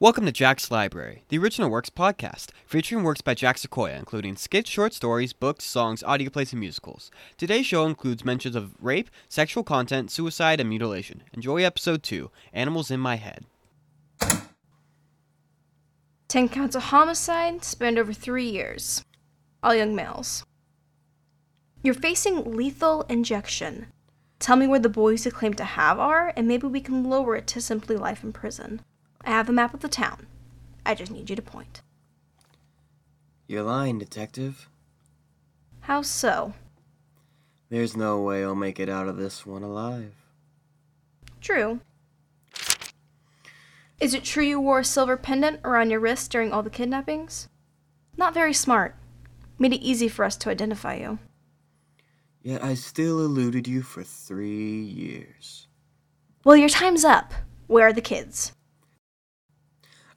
Welcome to Jack's Library, the original works podcast, featuring works by Jack Sequoia, including skits, short stories, books, songs, audio plays, and musicals. Today's show includes mentions of rape, sexual content, suicide, and mutilation. Enjoy episode 2 Animals in My Head. 10 counts of homicide spanned over three years. All young males. You're facing lethal injection. Tell me where the boys you claim to have are, and maybe we can lower it to simply life in prison. I have a map of the town. I just need you to point. You're lying, Detective. How so? There's no way I'll make it out of this one alive. True. Is it true you wore a silver pendant around your wrist during all the kidnappings? Not very smart. Made it easy for us to identify you. Yet I still eluded you for three years. Well, your time's up. Where are the kids?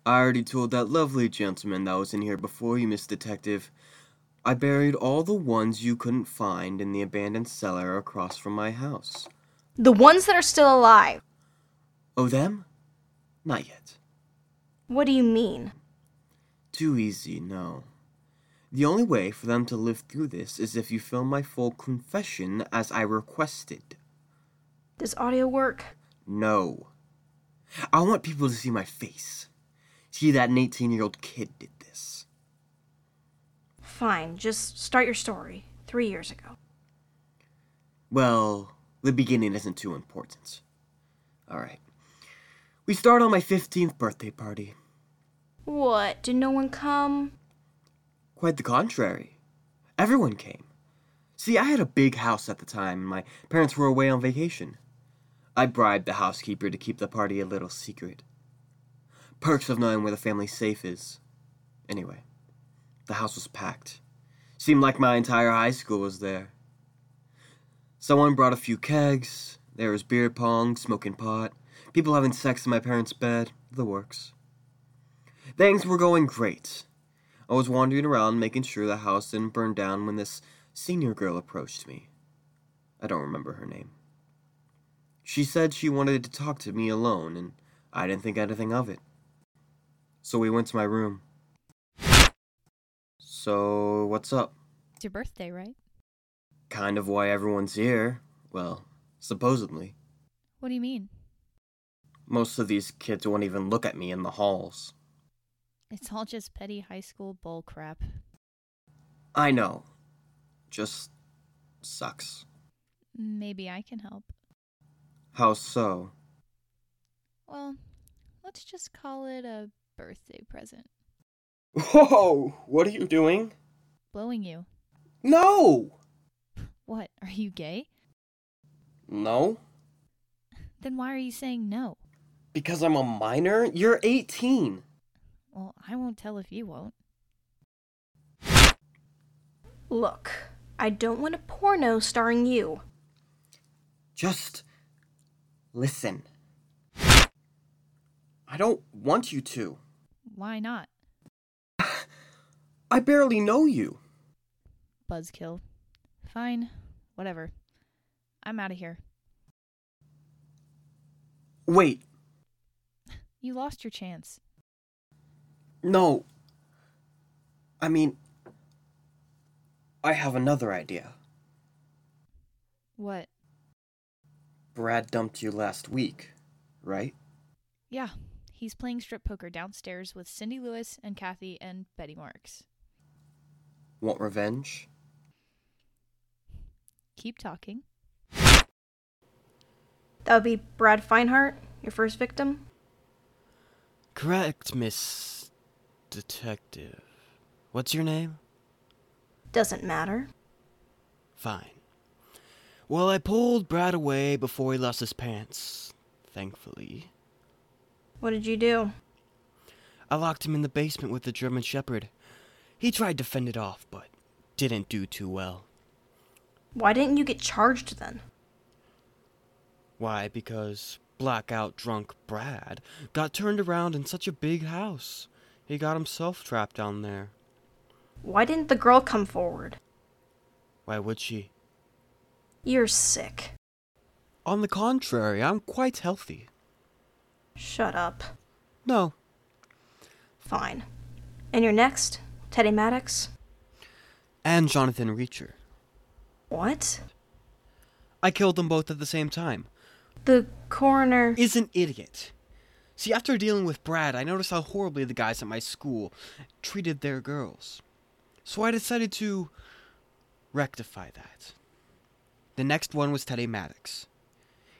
I already told that lovely gentleman that was in here before you, Miss Detective. I buried all the ones you couldn't find in the abandoned cellar across from my house. The ones that are still alive. Oh, them? Not yet. What do you mean? Too easy, no. The only way for them to live through this is if you film my full confession as I requested. Does audio work? No. I want people to see my face. See that an 18 year old kid did this. Fine, just start your story. Three years ago. Well, the beginning isn't too important. Alright. We start on my 15th birthday party. What? Did no one come? Quite the contrary. Everyone came. See, I had a big house at the time, and my parents were away on vacation. I bribed the housekeeper to keep the party a little secret. Perks of knowing where the family safe is. Anyway, the house was packed. Seemed like my entire high school was there. Someone brought a few kegs. There was beer pong, smoking pot, people having sex in my parents' bed, the works. Things were going great. I was wandering around making sure the house didn't burn down when this senior girl approached me. I don't remember her name. She said she wanted to talk to me alone, and I didn't think anything of it. So we went to my room. So, what's up? It's your birthday, right? Kind of why everyone's here. Well, supposedly. What do you mean? Most of these kids won't even look at me in the halls. It's all just petty high school bull crap. I know. Just sucks. Maybe I can help. How so? Well, let's just call it a birthday present. Whoa! What are you doing? Blowing you. No! What? Are you gay? No? Then why are you saying no? Because I'm a minor? You're 18. Well, I won't tell if you won't. Look, I don't want a porno starring you. Just listen. I don't want you to. Why not? I barely know you. Buzzkill. Fine. Whatever. I'm out of here. Wait, You lost your chance. no. I mean, I have another idea. What? Brad dumped you last week, right? Yeah, he's playing strip poker downstairs with Cindy Lewis and Kathy and Betty Marks. Want revenge? Keep talking. That would be Brad Feinhart, your first victim. Correct, Miss Detective. What's your name? Doesn't matter. Fine. Well, I pulled Brad away before he lost his pants, thankfully. What did you do? I locked him in the basement with the German Shepherd. He tried to fend it off, but didn't do too well. Why didn't you get charged then? Why? Because blackout drunk Brad got turned around in such a big house. He got himself trapped down there. Why didn't the girl come forward? Why would she? You're sick. On the contrary, I'm quite healthy. Shut up. No. Fine. And you're next? Teddy Maddox? And Jonathan Reacher. What? I killed them both at the same time. The coroner. Is an idiot. See, after dealing with Brad, I noticed how horribly the guys at my school treated their girls. So I decided to rectify that. The next one was Teddy Maddox.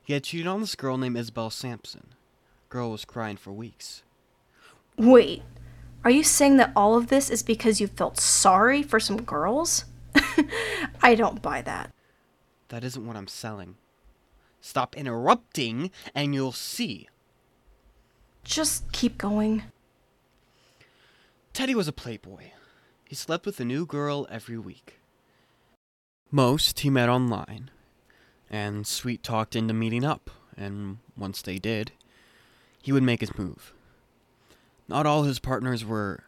He had cheated on this girl named Isabel Sampson. Girl was crying for weeks. Wait. Are you saying that all of this is because you felt sorry for some girls? I don't buy that. That isn't what I'm selling. Stop interrupting and you'll see. Just keep going. Teddy was a playboy. He slept with a new girl every week. Most he met online, and sweet talked into meeting up, and once they did, he would make his move. Not all his partners were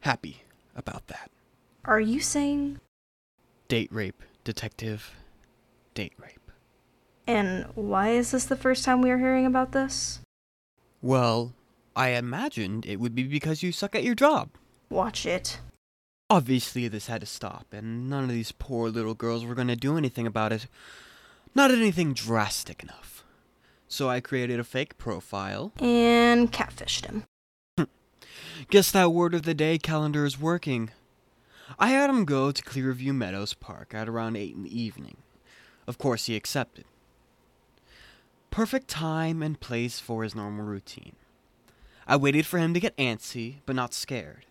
happy about that. Are you saying. Date rape, detective. Date rape. And why is this the first time we are hearing about this? Well, I imagined it would be because you suck at your job. Watch it. Obviously, this had to stop, and none of these poor little girls were going to do anything about it. Not anything drastic enough. So I created a fake profile. And catfished him. Guess that word of the day calendar is working. I had him go to Clearview Meadows Park at around 8 in the evening. Of course, he accepted. Perfect time and place for his normal routine. I waited for him to get antsy, but not scared.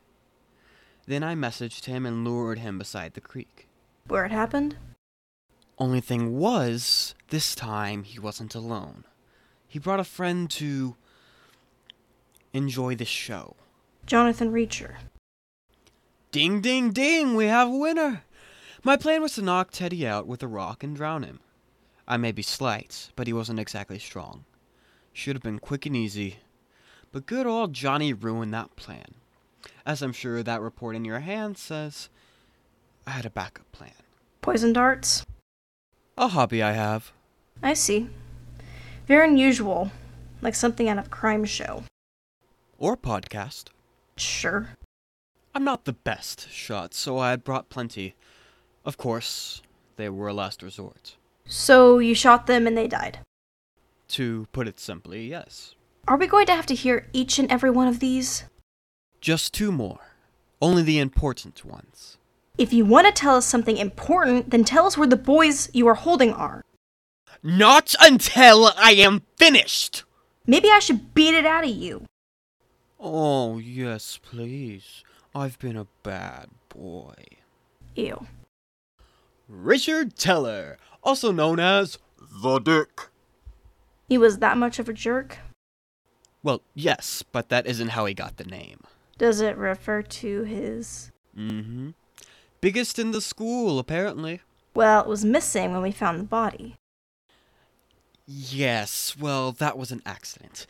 Then I messaged him and lured him beside the creek. Where it happened? Only thing was, this time he wasn't alone. He brought a friend to enjoy the show. Jonathan Reacher. Ding, ding, ding, we have a winner! My plan was to knock Teddy out with a rock and drown him. I may be slight, but he wasn't exactly strong. Should have been quick and easy. But good old Johnny ruined that plan. As I'm sure that report in your hand says, I had a backup plan. Poison darts? A hobby I have. I see. Very unusual. Like something out of a crime show. Or podcast. Sure. I'm not the best shot, so I had brought plenty. Of course, they were a last resort. So you shot them and they died. To put it simply, yes. Are we going to have to hear each and every one of these? Just two more. Only the important ones. If you want to tell us something important, then tell us where the boys you are holding are. Not until I am finished! Maybe I should beat it out of you. Oh, yes, please. I've been a bad boy. Ew. Richard Teller, also known as The Dick. He was that much of a jerk? Well, yes, but that isn't how he got the name. Does it refer to his. Mm hmm. Biggest in the school, apparently. Well, it was missing when we found the body. Yes, well, that was an accident.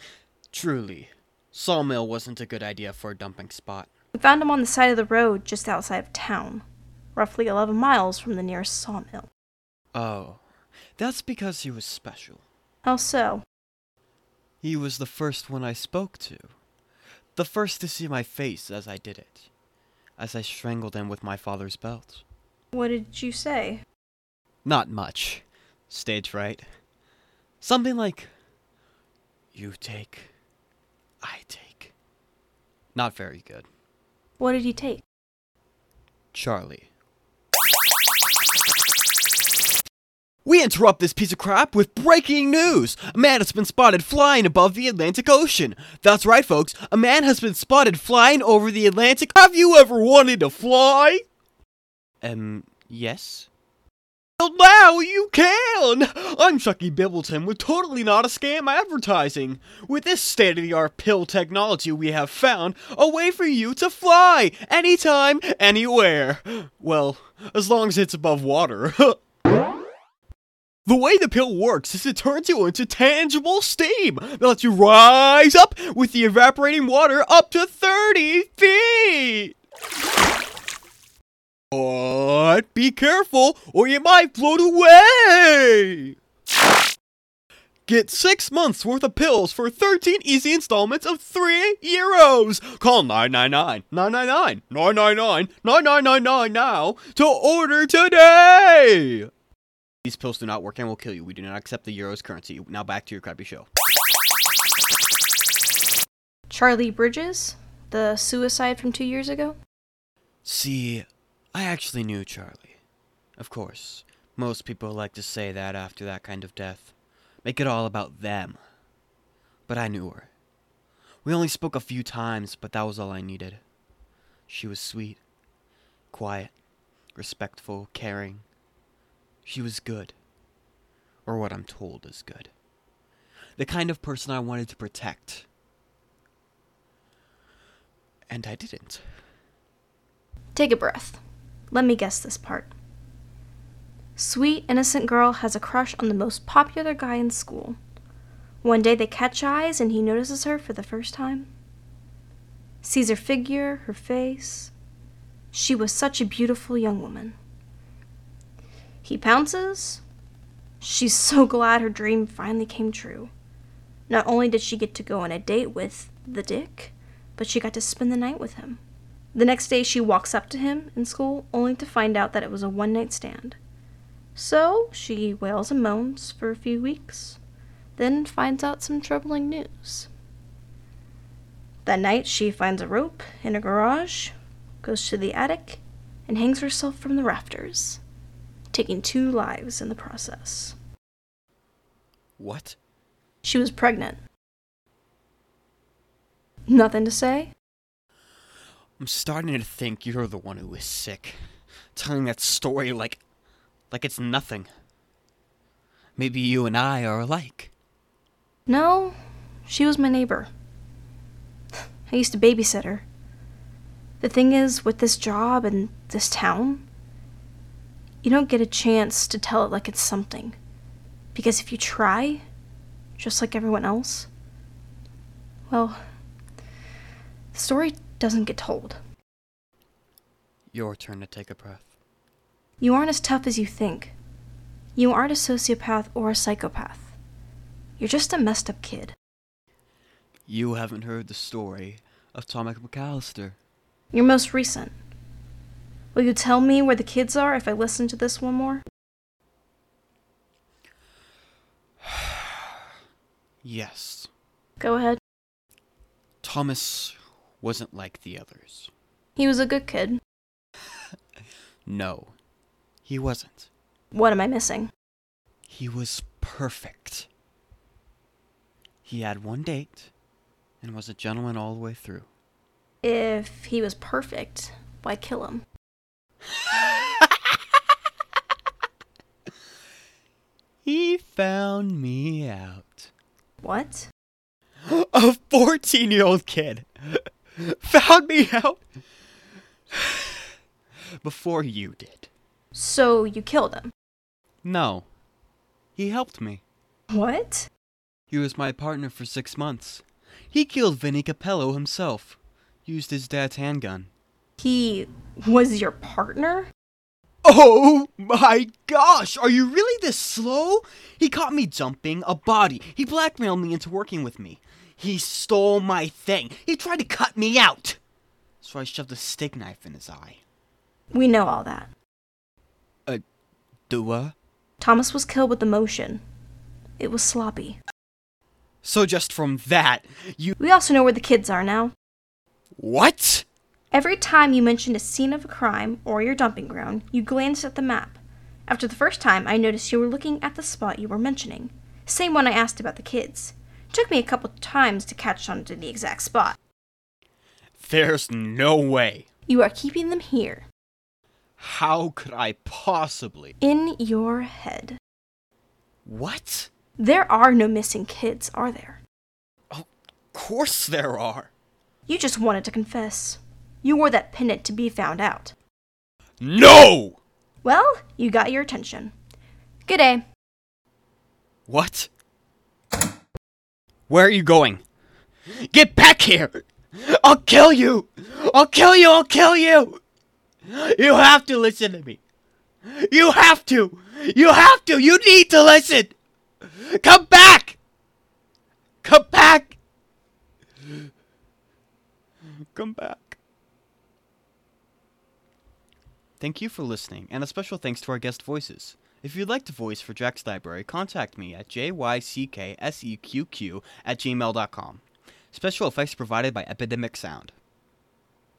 Truly. Sawmill wasn't a good idea for a dumping spot. We found him on the side of the road just outside of town, roughly 11 miles from the nearest sawmill. Oh, that's because he was special. How so? He was the first one I spoke to. The first to see my face as I did it. As I strangled him with my father's belt. What did you say? Not much. Stage fright. Something like, You take, I take. Not very good. What did he take? Charlie. We interrupt this piece of crap with breaking news! A man has been spotted flying above the Atlantic Ocean! That's right, folks, a man has been spotted flying over the Atlantic. Have you ever wanted to fly? Um, yes. Well, now you can! I'm Chucky Bibbleton with Totally Not a Scam Advertising. With this state of the art pill technology, we have found a way for you to fly anytime, anywhere. Well, as long as it's above water. The way the pill works is it turns you into tangible steam that lets you rise up with the evaporating water up to 30 feet. But be careful or you might float away. Get six months worth of pills for 13 easy installments of 3 euros. Call 999 999 999 9999 now to order today. These pills do not work and will kill you. We do not accept the euros currency. Now back to your crappy show. Charlie Bridges, the suicide from two years ago. See, I actually knew Charlie. Of course, most people like to say that after that kind of death. Make it all about them. But I knew her. We only spoke a few times, but that was all I needed. She was sweet, quiet, respectful, caring. She was good. Or what I'm told is good. The kind of person I wanted to protect. And I didn't. Take a breath. Let me guess this part. Sweet, innocent girl has a crush on the most popular guy in school. One day they catch eyes and he notices her for the first time. Sees her figure, her face. She was such a beautiful young woman. He pounces. She's so glad her dream finally came true. Not only did she get to go on a date with the dick, but she got to spend the night with him. The next day, she walks up to him in school, only to find out that it was a one night stand. So she wails and moans for a few weeks, then finds out some troubling news. That night, she finds a rope in a garage, goes to the attic, and hangs herself from the rafters, taking two lives in the process. What? She was pregnant. Nothing to say? I'm starting to think you're the one who is sick. Telling that story like like it's nothing. Maybe you and I are alike. No, she was my neighbor. I used to babysit her. The thing is, with this job and this town, you don't get a chance to tell it like it's something. Because if you try, just like everyone else, well, the story doesn't get told. Your turn to take a breath. You aren't as tough as you think. You aren't a sociopath or a psychopath. You're just a messed up kid. You haven't heard the story of Tom McAllister. Your most recent. Will you tell me where the kids are if I listen to this one more? Yes, Go ahead. Thomas wasn't like the others. He was a good kid. No, he wasn't. What am I missing? He was perfect. He had one date and was a gentleman all the way through. If he was perfect, why kill him? He found me out. What? A 14 year old kid found me out before you did. So you killed him. No, he helped me. What? He was my partner for six months. He killed Vinny Capello himself, used his dad's handgun. He was your partner? Oh my gosh, are you really this slow? He caught me dumping a body. He blackmailed me into working with me. He stole my thing. He tried to cut me out. So I shoved a steak knife in his eye. We know all that. A dua? Thomas was killed with emotion. It was sloppy. So just from that, you. We also know where the kids are now. What? Every time you mentioned a scene of a crime or your dumping ground, you glanced at the map. After the first time, I noticed you were looking at the spot you were mentioning. Same one I asked about the kids. Took me a couple times to catch on to the exact spot. There's no way. You are keeping them here, How could I possibly. in your head. What? There are no missing kids, are there? Of course there are. You just wanted to confess. You wore that pendant to be found out. No! Well, you got your attention. Good day. What? Where are you going? Get back here! I'll kill you! I'll kill you! I'll kill you! You have to listen to me! You have to! You have to! You need to listen! Come back! Come back! Come back. Thank you for listening, and a special thanks to our guest voices. If you'd like to voice for Jack's Library, contact me at E jyckseqq at gmail.com. Special effects provided by Epidemic Sound.